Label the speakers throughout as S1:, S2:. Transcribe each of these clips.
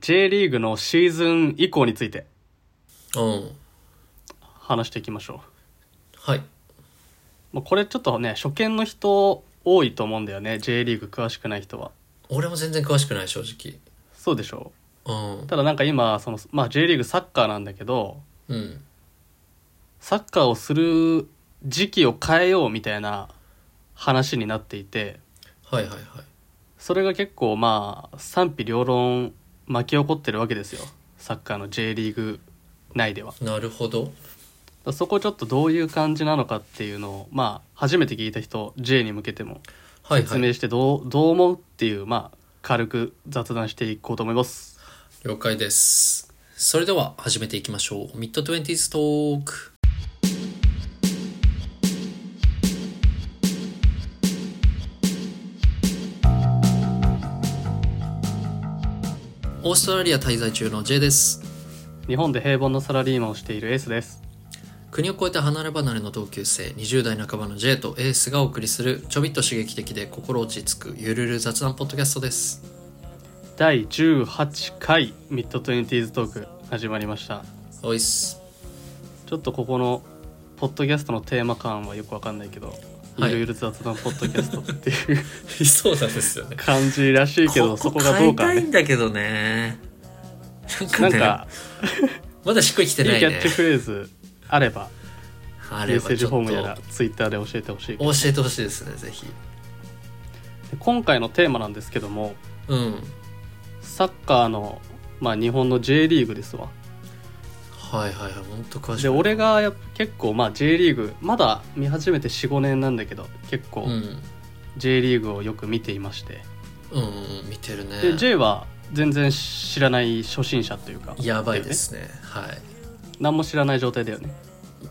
S1: J リーグのシーズン以降について
S2: うん。
S1: 話していきましょう。
S2: はい。
S1: まあ、これちょっとね、初見の人多いと思うんだよね。J リーグ詳しくない人は。
S2: 俺も全然詳しくない、正直。
S1: そうでしょ
S2: うん
S1: う。ただなんか今、その、まあ J リーグサッカーなんだけど、
S2: うん。
S1: サッカーをする時期を変えようみたいな話になっていて、
S2: はいはいはい。
S1: それが結構まあ賛否両論巻き起こってるわけですよ。サッカーの J リーグ内では。
S2: なるほど。
S1: だからそこちょっとどういう感じなのかっていうのを、まあ、初めて聞いた人 J に向けても
S2: はいは
S1: 説
S2: い。
S1: 明してどう,、どう思うっていう、まあ、軽く雑談していこうと思います
S2: 了解です。それでは始めていきましょう。ミッドトゥエンティーズトーク。オーストラリア滞在中の J です。
S1: 日本で平凡なサラリーマンをしているエースです
S2: 国を越えて離れ離れの同級生20代半ばの J とエースがお送りするちょびっと刺激的で心落ち着くゆるる雑談ポッドキャストです
S1: 第18回ミッドトゥエンティーズトーク始まりました
S2: おいっす
S1: ちょっとここのポッドキャストのテーマ感はよくわかんないけど、
S2: はい
S1: いろいろ雑談ポッドキャストっていう
S2: そうなんですよね
S1: 感じらしいけどそこがどうか
S2: 変えたい
S1: ね
S2: んだけどねなんか
S1: なん
S2: ね
S1: か
S2: まだしっくりき
S1: い
S2: て
S1: いキ
S2: ない
S1: ャ
S2: ね
S1: ッチフレーズあれば
S2: あ
S1: メ
S2: れ
S1: ッセ
S2: ば
S1: ージ
S2: ちょっ
S1: フォームや
S2: と
S1: らツイッターで教えてほしい
S2: 教えてほしいですねぜひ
S1: 今回のテーマなんですけども
S2: うん
S1: サッカーの、まあ、日本の J リーグですわ
S2: はいはいはい本当詳しい
S1: で俺がやっぱ結構、まあ、J リーグまだ見始めて45年なんだけど結
S2: う
S1: 構
S2: ん
S1: J リーグをよく見ていまして、
S2: うんうん見てるね
S1: で J は全然知らない初心者というか
S2: やばいで
S1: だよ
S2: すねはい
S1: ね何も知らない状態だよね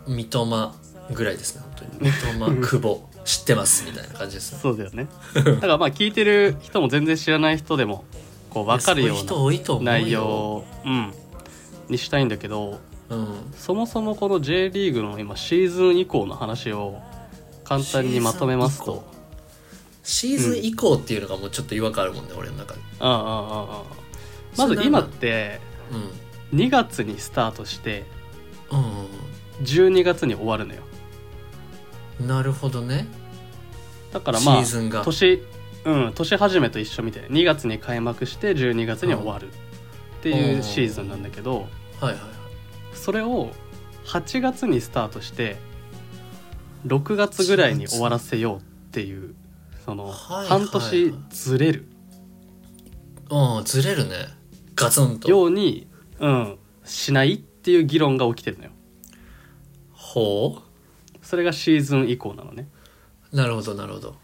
S2: 三笘ぐらいですね本当に三笘久保知ってますみたいな感じですね
S1: そうだよね だからまあ聞いてる人も全然知らない人でもこう分かるよ
S2: そういう人
S1: う
S2: 多いと思う
S1: な
S2: よ
S1: 内容をうん、にしたいんだけど
S2: うん
S1: そもそもこの J リーグの今シーズン以降の話を簡単にまとめますと
S2: シーズン以降っていうのがもうちょっと違和感あるもんね、俺の中で
S1: うんうんうんうんまず今って
S2: うんうん
S1: 2月にスタートして
S2: うん
S1: 12月に終わるのよ
S2: うんなるほどね
S1: だからま
S2: シ
S1: あ
S2: ーズンが
S1: 年うん年始めと一緒みたいな2月に開幕して12月に終わるってい
S2: お
S1: う
S2: ー
S1: シーズンなんだけど
S2: はいはいはい
S1: それを8月にスタートして6月ぐらいに終わらせようっていうその
S2: はいはいはい
S1: 半年ずれる
S2: うんずれるねガツンと
S1: ように、うん、しないっていう議論が起きてるのよ
S2: ほ
S1: それがシーズン以降なのね
S2: うなるほどなるほど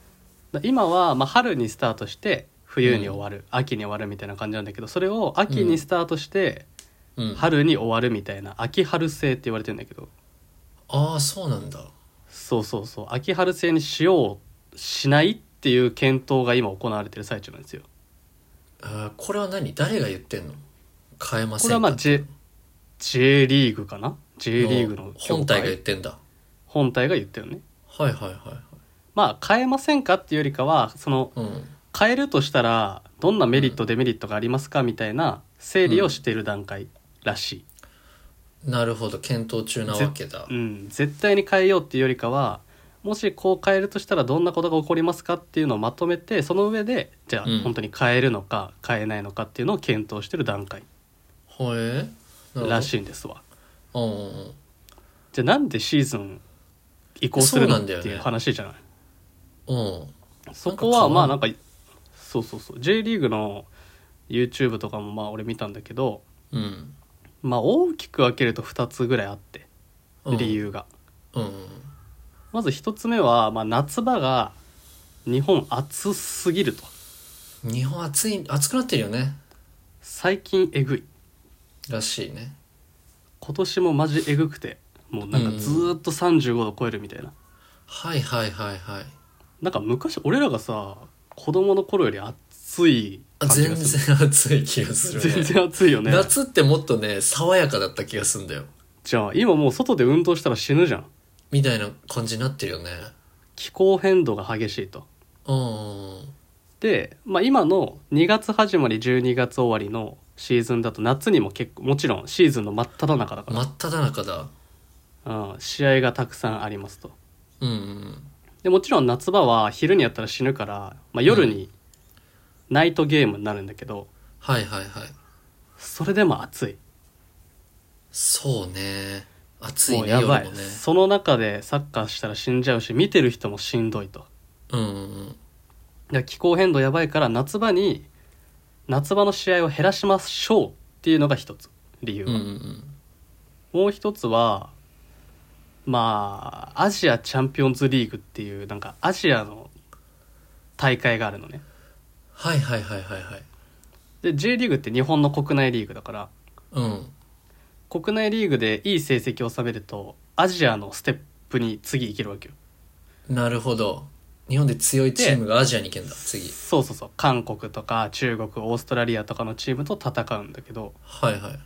S1: だ今は、まあ、春にスタートして冬に終わる、秋に終わるみたいな感じなんだけどそれを秋にスタートして、
S2: うん
S1: 春に終わるみたいな秋春制って言われてるんだけど
S2: ああそうなんだ
S1: そうそうそう秋春制にしようしないっていう検討が今行われてる最中なんですよ
S2: あーこれは何誰が言ってんの変えませ
S1: こ
S2: ん
S1: れは
S2: か
S1: まあ J, J リーグかな J リーグの
S2: 本体が言っ
S1: が
S2: てんだ
S1: 本体が言ってるね
S2: はいはいは
S1: まあ変えませんかっていうよりかはその
S2: いはいうん
S1: 変えるとしたらどんなメリットデメリットがありますかみたいな整理をしている段階らし
S2: なるほど検討中なわけだ
S1: い、うん絶対に変えようっていうよりかはもしこう変えるとしたらどんなことが起こりますかっていうのをまとめてその上でじゃあ
S2: うん
S1: 本当に変えるのか変えないのかっていうのを検討してる段階
S2: ほえ
S1: ら
S2: い
S1: しいんですわ。
S2: うんうんうん
S1: じゃあなんでシーズン移行するの
S2: そうな
S1: っ
S2: ん
S1: て
S2: だよね
S1: いう話じゃない
S2: うん
S1: そこは
S2: なんか変わん
S1: まあなんかそうそうそう J リーグの YouTube とかもまあ俺見たんだけど
S2: うん
S1: まあ大きく分けると2つぐらいあって理由が、
S2: うんうん
S1: まず1つ目は、まあ、夏場が日本暑すぎると
S2: うん日本暑い暑くなってるよね
S1: 最近えぐい
S2: らしいね
S1: 今年もマジえぐくてもうなんかずーっと35度超えるみたいな、
S2: はいはいはいはい
S1: なんか昔俺らがさ子供の頃より暑い
S2: あ
S1: 感じ
S2: 全
S1: がする
S2: 然暑い気がする、ね、
S1: 全然暑いよね
S2: 夏ってもっとね爽やかだった気がするんだよ
S1: じゃあ今もう外で運動したら死ぬじゃん
S2: みたいな感じになってるよね
S1: 気候変動が激しいと
S2: うんうんうん
S1: で、まあ、今の2月始まり12月終わりのシーズンだと夏にも結構もちろんシーズンの真っ只中だから
S2: 真、っ只中だ
S1: うん、試合がたくさんありますと
S2: うんうん
S1: でもちろん夏場は昼にやったら死ぬから、まあ、夜にナイトゲームになるんだけど、
S2: はいはいはい
S1: それでも暑い
S2: そうね暑い
S1: もう
S2: ね
S1: やば
S2: 夜
S1: い、
S2: もね
S1: その中でサッカーしたら死んじゃうし見てる人もしんどいと
S2: うんうん
S1: いや気候変動やばいから夏場に夏場の試合を減らしましょうっていうのが一つ理由
S2: うんう
S1: は、
S2: んうん
S1: もう一つはまあアジアチャンピオンズリーグっていうなんかアジアの大会があるのね
S2: はいはいはいはいはい
S1: で J リーグって日本の国内リーグだから
S2: うん
S1: 国内リーグでいい成績を収めるとアジアのステップに次行けるわけよ
S2: なるほど日本で強いチームがアジアに行けんだ次
S1: そうそうそう韓国とか中国オーストラリアとかのチームと戦うんだけど
S2: はいはい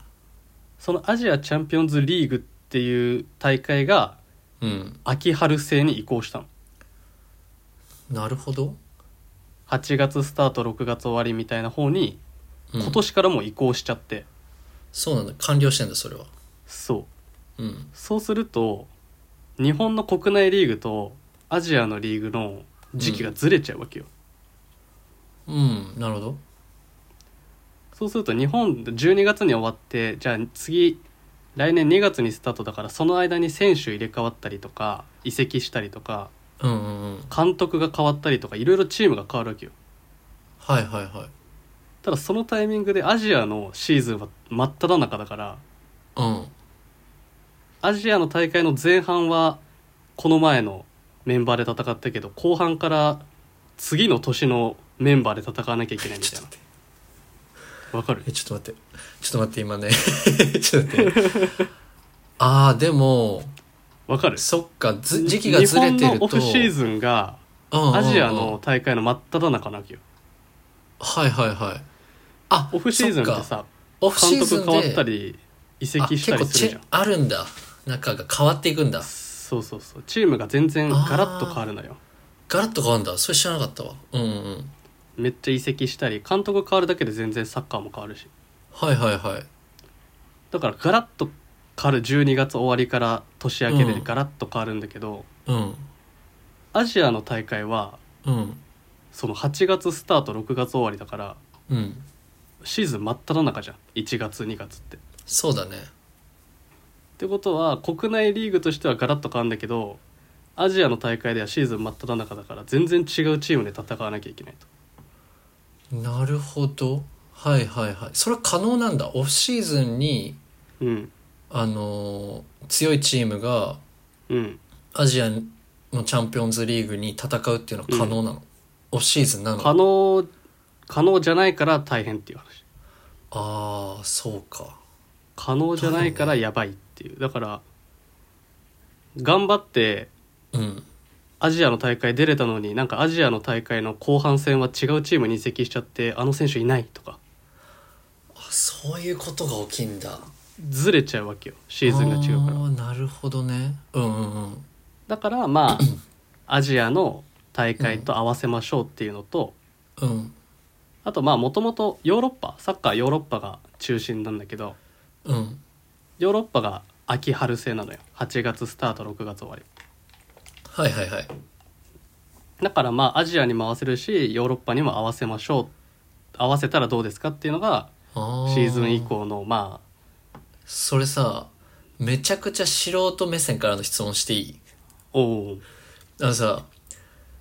S1: そのアジアチャンピオンズリーグっていう大会が
S2: うん
S1: 秋春制に移行したの
S2: なるほど、
S1: 8月スタート6月終わりみたいな方に
S2: うん、
S1: 今年からもう移行しちゃって、
S2: そうなんだ完了してんだそれは
S1: そう
S2: うん
S1: そうすると日本の国内リーグとアジアのリーグの時期がずれちゃうわけよ、
S2: うんなるほど
S1: そうすると日本12月に終わってじゃあ次来年2月にスタートだからその間に選手入れ替わったりとか移籍したりとか
S2: うんうんうん
S1: 監督が変わったりとかいろいろチームが変わるわけよ
S2: はいはいはい
S1: ただそのタイミングでアジアのシーズンは真っ只中だから
S2: うん
S1: アジアの大会の前半はこの前のメンバーで戦ったけど後半から次の年のメンバーで戦わなきゃいけないみ
S2: ち
S1: た
S2: ょ
S1: い
S2: っと待って
S1: なわかる
S2: えちょっと待ってちょっと待って今ね ちょっと待ってああでも
S1: わかる
S2: そっかず時期がずれて
S1: 日本
S2: る
S1: の
S2: と
S1: オフシーズンが
S2: うんうんうん
S1: アジアの大会の真っ只中なわけよ
S2: はいはいはいあ
S1: オフシーズンって
S2: そか
S1: さ
S2: オフシ
S1: 監
S2: ーズ
S1: 督
S2: ンで
S1: 変わったり移籍したりするじゃん
S2: あ結構チェあるんだ中が変わっていくんだ
S1: そうそうそうチームが全然ガラッと変わるのよ
S2: ガラッと変わるんだそれ知らなかったわうんうん
S1: めっちゃ移籍したり監督変わるだけで全然サッカーも変わるし
S2: はいはいはい
S1: だからガラッと変わる12月終わりから年明け
S2: う
S1: で
S2: ん
S1: ガラッと変わるんだけど、
S2: うん
S1: アジアの大会は
S2: うん
S1: その8月スタート6月終わりだから
S2: うん
S1: シーズン真っ只中じゃん1月2月って。っ
S2: そうだね
S1: てことは国内リーグとしてはガラッと変わるんだけどアジアの大会ではシーズン真っ只中だから全然違うチームで戦わなきゃいけないと。
S2: なるほどはいはいはいそれは可能なんだオフシーズンに
S1: うん
S2: あのー強いチームが
S1: うん、
S2: アジアのチャンピオンズリーグに戦うっていうのは可能なの、オフシーズンなの
S1: 可能可能じゃないから大変っていう話
S2: ああそうか
S1: 可能じゃないからやばいっていうだから頑張って
S2: うん
S1: アジアの大会出れたのになんかアジアの大会の後半戦は違うチームに移籍しちゃってあの選手いないとか
S2: あそういうことが起きんだ
S1: ずれちゃうわけよシーズンが違うから
S2: あーなるほどねうんうんうん
S1: だからまあアジアの大会と合わせましょうっていうのと、
S2: うん
S1: あとまあもともとヨーロッパサッカーヨーロッパが中心なんだけど
S2: うん
S1: ヨーロッパが秋春制なのよ8月スタート6月終わり
S2: はいはいはい
S1: だからまあアジアにも合わせるしヨーロッパにも合わせましょう合わせたらどうですかっていうのが
S2: あー
S1: シーズン以降のまあ
S2: それさめちゃくちゃ素人目線からの質問していい
S1: おう
S2: あのさ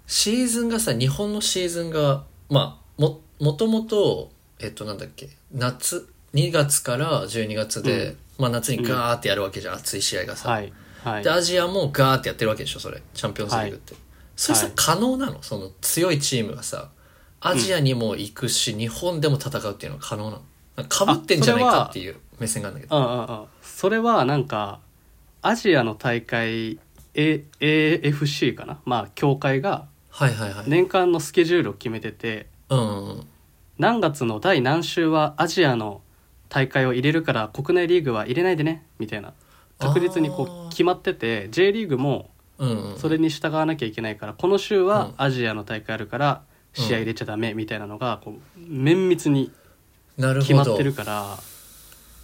S2: シーズンがさ日本のシーズンがまあももともとえっとなんだっけ夏2月から12月で、
S1: うん
S2: まあ、夏にガーってやるわけじゃん、熱い試合がさ、
S1: はいはい
S2: でアジアもガーってやってるわけでしょそれチャンピオンズリーグって、それさ、
S1: はい
S2: 可能なのその強いチームがさアジアにも行くし、日本でも戦うっていうのは可能なのなんかぶってんじゃないかっていう目線があるんだけど
S1: うんうんうんそれはなんかアジアの大会、A、AFC かなまあ協会が
S2: はいはいはい、
S1: 年間のスケジュールを決めてて
S2: うんうん
S1: 何月の第何週はアジアの大会を入れるから国内リーグは入れないでねみたいな確実にこ
S2: あー
S1: う決まってて J リーグも
S2: うんうん
S1: それに従わなきゃいけないからこの週
S2: うん
S1: はアジアの大会あるから試合入れちゃダメみたいなのがこう綿密に
S2: なる
S1: 決
S2: ほ
S1: まっ
S2: ど
S1: てるから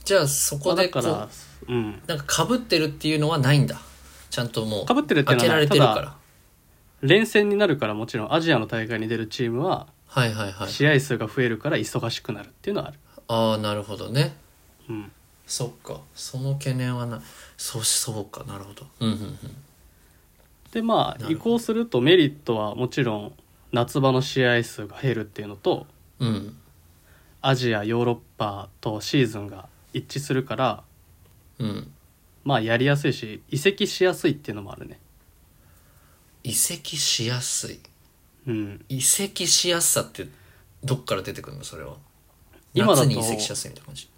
S2: じゃあそ
S1: ま
S2: こ
S1: あだ
S2: で
S1: か
S2: こ
S1: ら
S2: う
S1: うん
S2: なんか被ってるっていうのはないんだちゃんともう
S1: 被ってるっていう
S2: 開
S1: のは
S2: けら
S1: ない
S2: れてる
S1: た
S2: か
S1: だ
S2: ら
S1: 連戦になるからもちろんアジアの大会に出るチームは
S2: はいはいはい
S1: 試合数が増えるから忙しくなるっていうのはある、
S2: ああなるほどね
S1: うん、
S2: そっかその懸念はないそうしそうかなるほどうんうんうん
S1: でま
S2: な
S1: あ
S2: る
S1: 移
S2: ほど
S1: 行するとメリットはもちろん夏場の試合数が減るっていうのと
S2: うん
S1: アジアヨーロッパとシーズンが一致するから
S2: うん
S1: まあやりやすいし移籍しやすいっていうのもあるね
S2: 移籍しやすい
S1: うん
S2: 移籍しやすさってどっから出てくるのそれは
S1: 今だと
S2: 夏に移籍しやすいみたいな感じ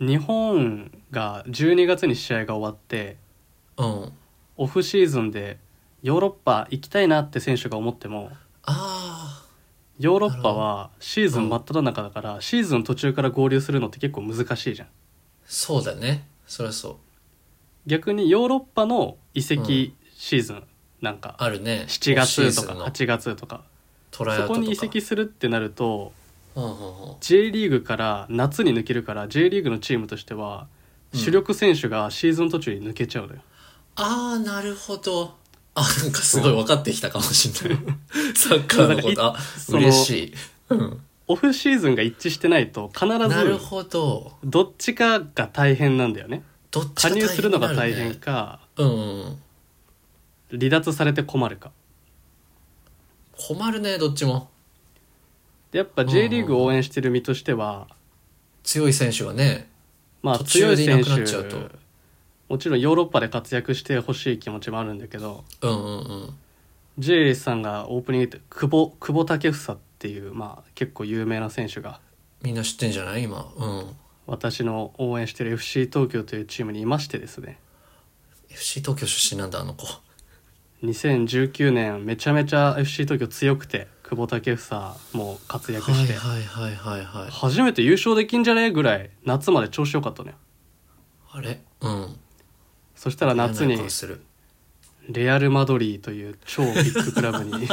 S1: 日本が12月に試合が終わって
S2: うん
S1: オフシーズンでヨーロッパ行きたいなって選手が思っても
S2: あ
S1: ヨーロッパはシーズン真っ只中だから、シーズン途中から合流するのって結構難しいじゃん
S2: あそうだねそりゃそう
S1: 逆にヨーロッパの移籍シーズンなんか
S2: あるね
S1: 7月とか
S2: オフシーズンの
S1: 8月とか
S2: トライア
S1: そ
S2: ウトと
S1: こ
S2: か
S1: に移籍するってなると
S2: うんうんうん
S1: J リーグから夏に抜けるから J リーグのチームとしては
S2: うん
S1: 主力選手がシーズン途中に抜けちゃうのよ、
S2: ああなるほどあなんかすごい分かってきたかもしれない サッカーのこ
S1: なん
S2: とあ
S1: かいその
S2: 嬉しい、うん、
S1: オフシーズンが一致してないと必
S2: な
S1: ず
S2: るほど
S1: どっちかが大変なんだよね
S2: どっち
S1: 加
S2: か
S1: 入するのが大
S2: になる
S1: 変
S2: ね
S1: か
S2: うんうんうん
S1: 離脱されて困るか
S2: 困るねどっちも
S1: でやっぱ J リーグを応援してる身としては、
S2: 強い選手がね
S1: まあ
S2: 途
S1: 強
S2: 中
S1: い
S2: でいな
S1: 選
S2: くなっ
S1: 手
S2: ちゃうと
S1: もちろんヨーロッパで活躍してほしい気持ちもあるんだけど
S2: うんうんうん
S1: J さんがオープニングで久保久保建英っていう、まあ、結構有名な選手が
S2: みんな知ってんじゃない今うん
S1: 私の応援してる FC 東京というチームにいましてですね
S2: FC 東京出身なんだあの子
S1: 2019年めちゃめちゃ FC 東京強くて久保建英も活躍
S2: は
S1: し
S2: い
S1: て、
S2: はいはいはいはい
S1: 初めて優勝できんじゃねえぐらい夏まで調子良かったね
S2: あれうん
S1: そしたら夏
S2: 嫌な
S1: に
S2: 予感する
S1: レアル・マドリーという超ビッグクラブ に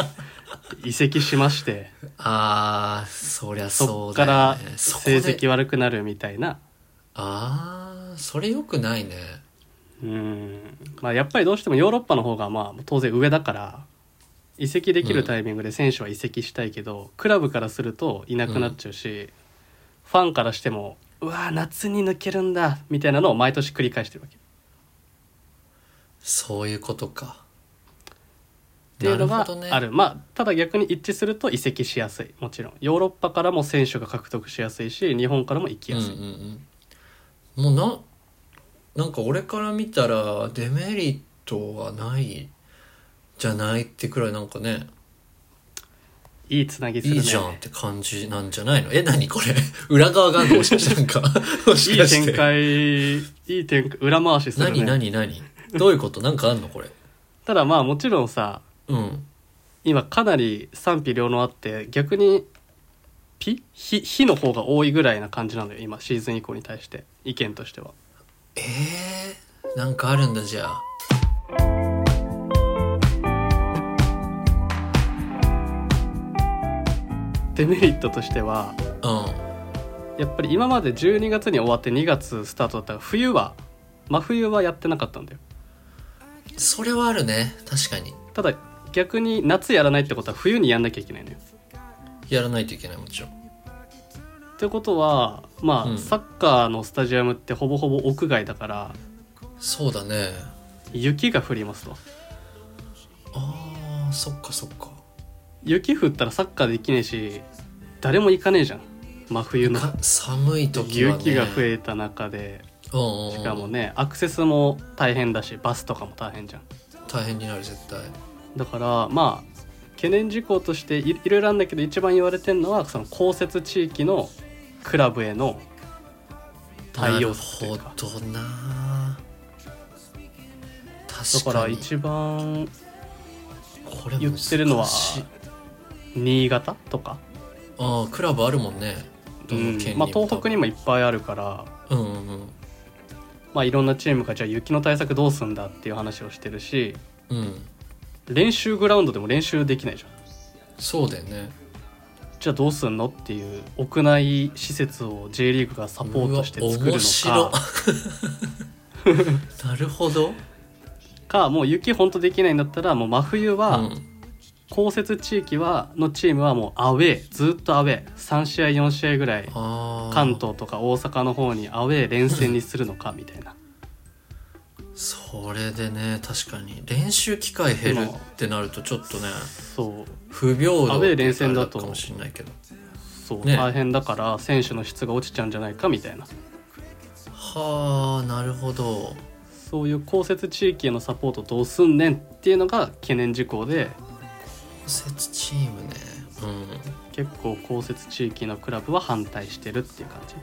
S1: 移籍しまして
S2: あーそりゃ
S1: そ
S2: そ
S1: っ
S2: う
S1: か
S2: だ
S1: ら
S2: よねそこ
S1: 成
S2: で
S1: 績悪くなるみたいな
S2: ああそれよくないね
S1: うんまあやっぱりどうしてもヨーロッパの方がまあ当然上だから移籍できるタイミングで選手は移籍したいけど、クラブからするといなくなっちゃうし、ファンからしてもうわー夏に抜けるんだみたいなのを毎年繰り返してるわけ。っ
S2: そういうことか
S1: ていうの
S2: な
S1: が
S2: るほどね
S1: あるまあただ逆に一致すると移籍しやすいもちろんヨーロッパからも選手が獲得しやすいし日本からも行きやすい、
S2: うんうんうん、もうななんか俺から見たらデメリットはないじゃないってくらいなんかね
S1: いいつなぎするね
S2: いいじゃんって感じなんじゃないのえ何これ 裏側がもしかしてなんかもし
S1: い
S2: か
S1: い
S2: して
S1: 展開いい展開裏回しするね
S2: 何何何どういうことなんかあんのこれ
S1: ただまあもちろんさ
S2: うん
S1: 今かなり賛否両論あって逆にピ非非の方が多いぐらいな感じなのよ今シーズン以降に対して意見としては
S2: えー、なんかあるんだじゃあ
S1: デメリットとしては
S2: う
S1: やっぱり今まで12月に終わって2月スタートだったから冬は真冬はやってなかったんだよ
S2: んそれはあるね確かに
S1: ただ逆に夏やらないってことは冬にやんなきゃいけないのよ
S2: やらないといけないもちろん
S1: ってことはまあ、
S2: うん
S1: サッカーのスタジアムってほぼほぼ屋外だから
S2: そうだね
S1: 雪が降りますと
S2: あーそっかそっか
S1: 雪降ったらサッカーできねえし誰も行かねえじゃん真冬の
S2: か寒い時は、ね、
S1: 雪が増えた中で
S2: うんうんうん
S1: しかもねアクセスも大変だしバスとかも大変じゃん
S2: 大変になる絶対
S1: だからまあ懸念事項としていいろいろあるんだけど一番言われてるのはその降雪地域のクラブへの対応っていう
S2: な
S1: か
S2: るほどな
S1: だ
S2: 確
S1: から
S2: かに
S1: 一番
S2: これ
S1: 言ってるのは
S2: 難しい
S1: 新潟とか、
S2: ああクラブあるもんね
S1: う
S2: どの
S1: ん
S2: 県に
S1: まあ、東北に
S2: も
S1: もいっぱいあるから、
S2: 多分うんうん
S1: まあ、いろんなチームがじゃあ雪の対策どうすんだっていう話をしてるし
S2: うんうん
S1: 練習グラウンドでも練習できないじゃん
S2: そうだよね
S1: じゃあどうすんのっていう屋内施設を J リーグがサポートして作る
S2: 面白
S1: のか
S2: なるほど、
S1: かもう雪ほんとできないんだったらもう真冬は、
S2: うん
S1: 降雪地域はのチームはもうアウェーずっとアウェー3試合4試合ぐらい
S2: あー
S1: 関東とか大阪の方にアウェー連戦にするのかみたいな
S2: それでね確かに練習機会減るってなるとちょっとね
S1: そう
S2: 不平
S1: アウ
S2: 等
S1: ェー連戦だと
S2: かもしれないけど
S1: そう、
S2: ね
S1: 大変だから選手の質が落ちちゃうんじゃないかみたいな
S2: はあなるほど
S1: そういう降雪地域へのサポートどうすんねんっていうのが懸念事項で
S2: 節チームねうん
S1: 結構降雪地域のクラブは反対してるっていう感じ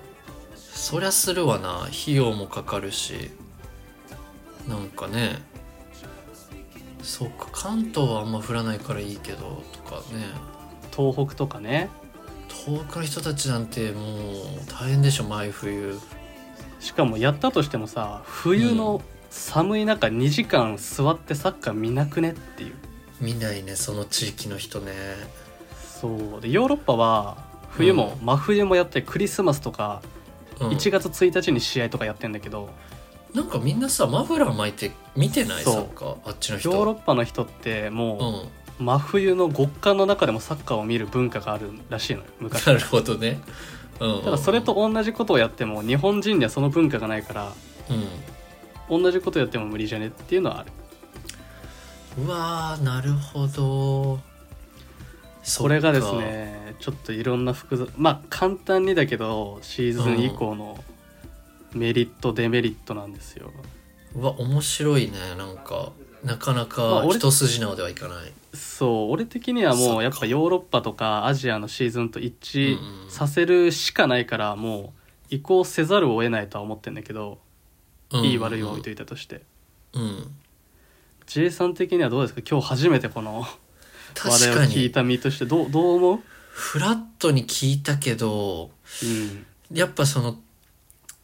S2: そりゃするわな費用もかかるしなんかねそっか関東はあんま降らないからいいけどとかね
S1: 東北とかね
S2: 東北の人たちなんてもう大変でしょ毎冬
S1: しかもやったとしてもさ冬の寒い中2時間座ってサッカー見なくねっていう
S2: 見ないねその地域の人ね
S1: そうでヨーロッパは冬も真冬もやってクリスマスとか
S2: うん
S1: 1月1日に試合とかやってんだけど、
S2: なんかみんなさマフラー巻いて見てないサ
S1: そう
S2: ッカーあっちの人
S1: ヨーロッパの人って
S2: う
S1: も
S2: ん
S1: う真冬の極寒の中でもサッカーを見る文化があるらしいのよ昔
S2: なるほどねうん
S1: ただそれと同じことをやっても日本人にはその文化がないから
S2: う
S1: 同じことやっても無理じゃねっていうのはある
S2: んうわーなるほどそ
S1: こ
S2: っ
S1: れ
S2: か
S1: がですねちょっといろんな複雑まあ簡単にだけどシーズン以降のメリットデメリットなんですよ
S2: うわ面白いねなんかなかな
S1: まあ
S2: か
S1: 俺
S2: 一筋縄ではいかない、
S1: そう俺的には
S2: そっ
S1: も
S2: か
S1: うやっぱヨーロッパとかアジアのシーズンと一致
S2: うんうん
S1: させるしかないからもう移行せざるを得ないとは思ってんだけど、
S2: うん
S1: いい悪いを置いといたとして
S2: うん、
S1: J さん的にはどうですか今日初めてこの話
S2: 確
S1: 題を
S2: か
S1: 聞い
S2: に
S1: た身としてどうどう思う、
S2: フラットに聞いたけど
S1: うん、
S2: やっぱその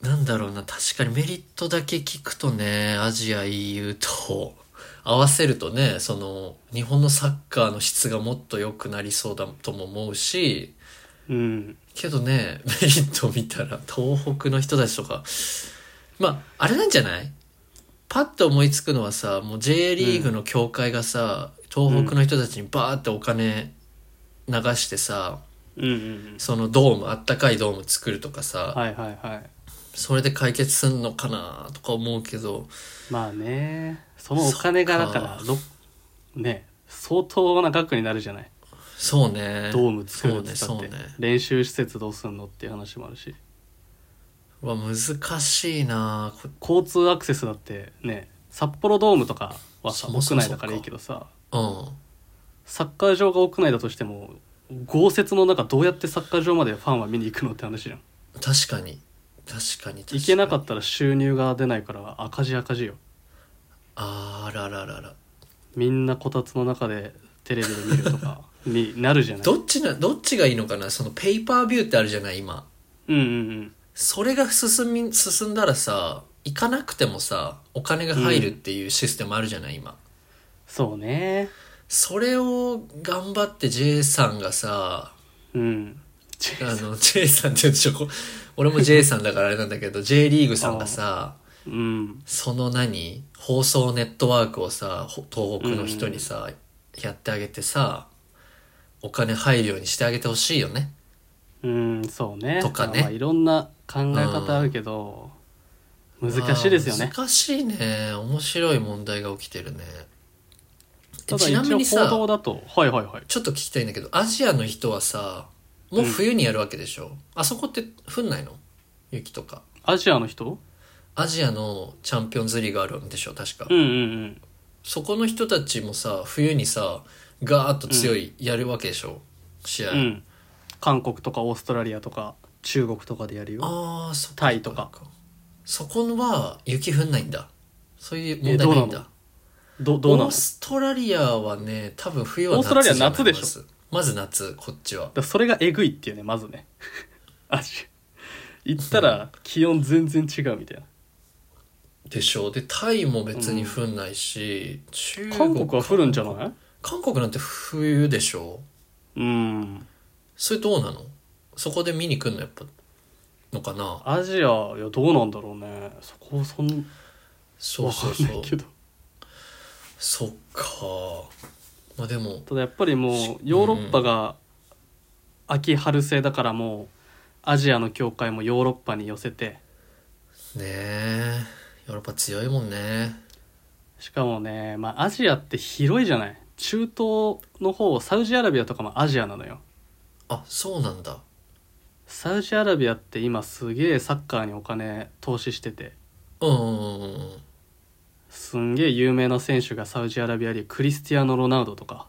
S2: なんだろうな確かにメリットだけ聞くとねアジア EU と合わせるとねその日本のサッカーの質がもっと良くなりそうだとも思うし
S1: うん、
S2: けどねメリットを見たら東北の人たちとかまああれなんじゃないパッと思いつくのはさもう J リーグの協会がさ、東北の人たちにバーってお金流してさ、
S1: うんうんうん
S2: そのドームあったかいドーム作るとかさ、
S1: はいはいはい
S2: それで解決すんのかなとか思うけど
S1: まあねそのお金がだからろね相当な額になるじゃない
S2: そうね
S1: ドーム作るって言
S2: そう
S1: っ
S2: ね
S1: て、
S2: そうね
S1: 練習施設どうすんのっていう話もあるし
S2: うわ難しいなこ
S1: 交通アクセスだってね札幌ドームとかはさ
S2: そもそ
S1: 屋
S2: も
S1: 内だからいいけどさ
S2: うん
S1: サッカー場が屋内だとしても豪雪の中どうやってサッカー場までファンは見に行くのって話じゃん
S2: 確かに確かに確かに
S1: 行けなかったら収入が出ないから赤字赤字よ
S2: あらららら
S1: みんなこたつの中でテレビで見るとかになるじゃない
S2: どっちな、どっちがいいのかなそのペイパービューってあるじゃない今。
S1: うんうん
S2: それが進み、進んだらさ、行かなくてもさ、お金が入るっていうシステムあるじゃない今。
S1: そうね
S2: それを頑張って J さんがさ、
S1: うん
S2: あの、J さんって言うとちょこ、俺も J さんだからあれなんだけど、J リーグさんがさ、
S1: うん
S2: その何放送ネットワークをさ、ほ東北の人にさ、やってあげてさ、お金入るようにしてあげてほしいよね。
S1: うんそうね
S2: とかね
S1: まあいろんな考え方あるけど、難しいですよね
S2: あー難しいね面白い問題が起きてるね
S1: ただ
S2: ち
S1: 一
S2: なみ
S1: 応
S2: にさ
S1: 報道だとはいはいはい
S2: ちょっと聞きたいんだけどアジアの人はさもう冬にやるわけでしょ、あそこって降んないの雪とか
S1: アジアの人
S2: アジアのチャンピオンズリーグあるんでしょ確か、
S1: うんうん
S2: そこの人たちもさ冬にさガーッと強いやるわけでしょ、試合、
S1: うんうん韓国とかオーストラリアとか中国とかでやるよ
S2: ああそっ
S1: タイとか
S2: かそこは雪降んないんだそういう問題ない
S1: え
S2: ん
S1: どうな
S2: だ
S1: のどどうな
S2: オ
S1: の
S2: ーストラリアはね多分冬は
S1: オーストラリア
S2: じゃない
S1: 夏でしょ
S2: まずまず夏こっちは
S1: だからそれがえぐいっていうねまずね アジア行ったら気温全然違うみたいな
S2: でしょうでタイも別に降んないし、中国
S1: 韓国は降るんじゃない
S2: 韓国なんて冬でしょ
S1: うん
S2: それどうなのそこで見に来るのやっぱのかな
S1: アジアいやどうなんだろうねそこそん
S2: そ
S1: わ
S2: うそ
S1: か
S2: うん
S1: な
S2: そ
S1: い
S2: う
S1: けど
S2: そっかまあでも
S1: ただやっぱりもうヨーロッパが秋春制だからもうアジアの教会もヨーロッパに寄せて
S2: ねえヨーロッパ強いもんね
S1: しかもね、まあ、アジアって広いじゃない中東の方サウジアラビアとかもアジアなのよ
S2: あそうなんだ
S1: サウジアラビアって今すげえサッカーにお金投資してて
S2: うんうんうんうん
S1: すんげえ有名な選手がサウジアラビアにクリスティアーノ・ロナウドとか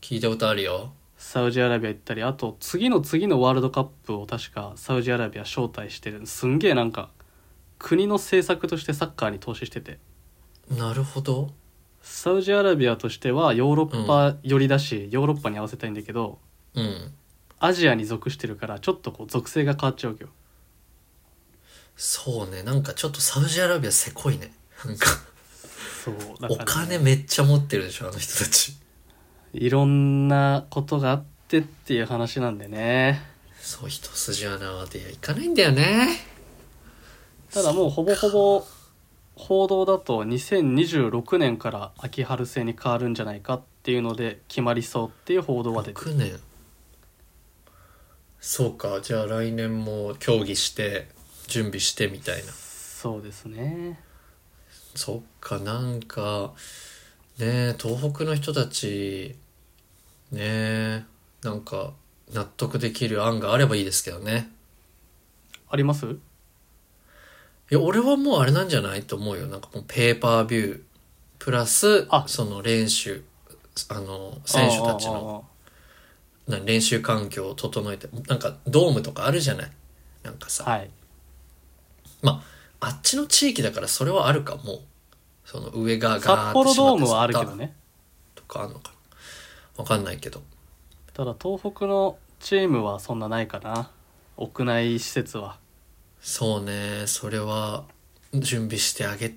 S2: 聞いたことあるよ
S1: サウジアラビア行ったりあと次の次のワールドカップを確かサウジアラビア招待してるすんげえなんか国の政策としてサッカーに投資してて
S2: なるほど
S1: サウジアラビアとしてはヨーロッパ寄りだし、ヨーロッパに合わせたいんだけど
S2: うん
S1: アジアに属してるからちょっとこう属性が変わっちゃうわけよ
S2: そうねなんかちょっとサウジアラビアせこいねなんか
S1: そうだ
S2: お
S1: からね、
S2: 金めっちゃ持ってるでしょあの人たち
S1: いろんなことがあってっていう話なんでね
S2: そう一筋縄ではいかないんだよね
S1: ただもうほぼほぼ報道だと2026年から秋春制に変わるんじゃないかっていうので決まりそうっていう報道は出てる
S2: 6年そうかじゃあ来年も協議して準備してみたいな
S1: そうですね
S2: そっかなんかねえ東北の人たちねえなんか納得できる案があればいいですけどね
S1: あります
S2: いや俺はもうあれなんじゃないと思うよなんかもうペーパービュープラス
S1: あ
S2: その練習あの選手たちのな練習環境を整えてなんかドームとかあるじゃないなんか
S1: あ
S2: さ、
S1: あああはい
S2: あっちの地域だからそれはあるかもその上が
S1: 札
S2: ガーッと
S1: 幌
S2: 閉
S1: ドー
S2: まって
S1: ム
S2: さ
S1: はあるけどね
S2: とかあるのかなわかんないけど
S1: ただ東北のチームはそんなないかな屋内施設は
S2: そうねそれは準備してあげ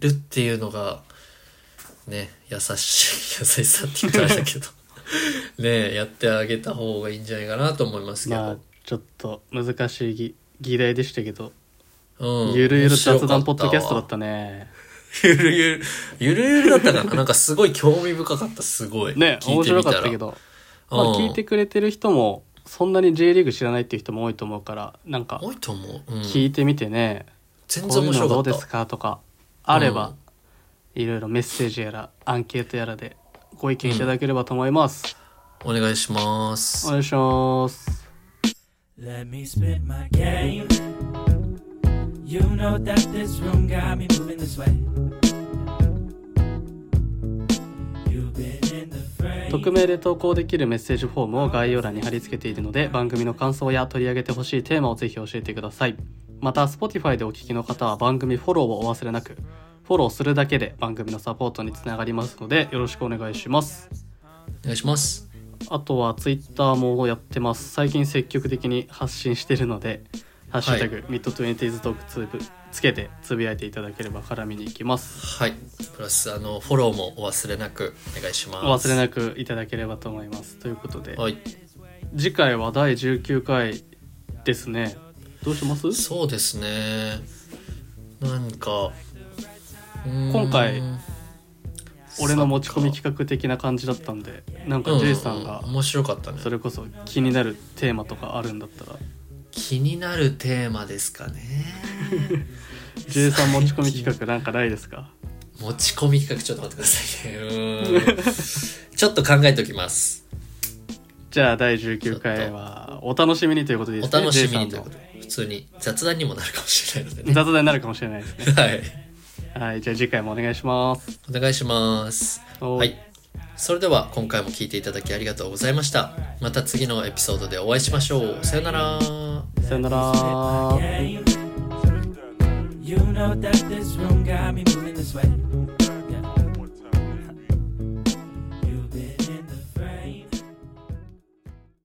S2: るっていうのがね優しい 優しさって言ったらあれだけど ねやってあげた方がいいんじゃないかなと思いますけど、
S1: まあちょっと難しい議議題でしたけど、
S2: うん
S1: ゆるゆる雑談ポッドキャストだ
S2: 面白かったわ
S1: ったね
S2: ゆるゆる、ゆるゆるだったかななんかすごい興味深かった、すごい。
S1: ね
S2: 聞
S1: 面
S2: いてみ
S1: 白
S2: た
S1: からったけ。ど
S2: うん
S1: まあ、聞いてくれてる人もそんなに J リーグ知らないっていう人も多いと思うからなんか
S2: 多いと思う。うん、
S1: 聞いてみてね、
S2: 全
S1: こ
S2: 然
S1: うい
S2: 面
S1: うの
S2: 白か
S1: どう
S2: った。
S1: ですかとかあれ
S2: う
S1: ば
S2: ん
S1: いろいろメッセージやらアンケートやらでご意見いただければと思います、
S2: お願いします
S1: お。願いします
S3: Let me spit my game. You know that this room got me moving this way. You've been in the frame.
S1: 匿名で投稿できるメッセージフォームを概要欄に貼り付けているので番組の感想や取り上げてほしいテーマをぜひ教えてくださいまた Spotify でお聞きの方は番組フォローをお忘れなくフォローするだけで番組のサポートにつながりますのでよろしくお願いします
S2: お願いします。
S1: あとはツイッターもやってます。最近積極的に発信してるので、ハッシュタグ、ミッドトゥエンティーズトークつぶつけてつぶやいていただければ絡みに行きます。
S2: はい。プラス、あの、フォローもお忘れなくお願いしま
S1: お忘
S2: す。
S1: れなくいただければと思います。ということで、
S2: はい。
S1: 次回は第19回ですね。どうします
S2: そうですね。なんか、うーん
S1: 今回俺の持ち込み企画的な感じだったんで、なんか J さんが
S2: うう面白かったね。
S1: それこそ気になるテーマとかあるんだったら、
S2: 気になるテーマですかね。
S1: J さん持ち込み企画なんかないですか
S2: 持ち込み企画ちょっと待ってくださいねうーん ちょっと考えておきます
S1: じゃあ第19回はお楽しみにということでいいで
S2: お
S1: すね。
S2: 楽しみ
S1: J
S2: にと
S1: さ
S2: いうんこ
S1: の
S2: とで普通に雑談にもなるかもしれないのでね
S1: 雑談になるかもしれないですね。
S2: はい
S1: はい、じゃあ次回もお願いします。
S2: お願いします
S1: お
S2: はいそれでは今回も聞いていただきありがとうございましたまた次のエピソードでお会いしましょうさよなら
S1: さよなら。
S3: game. You know that this room got me moving this way.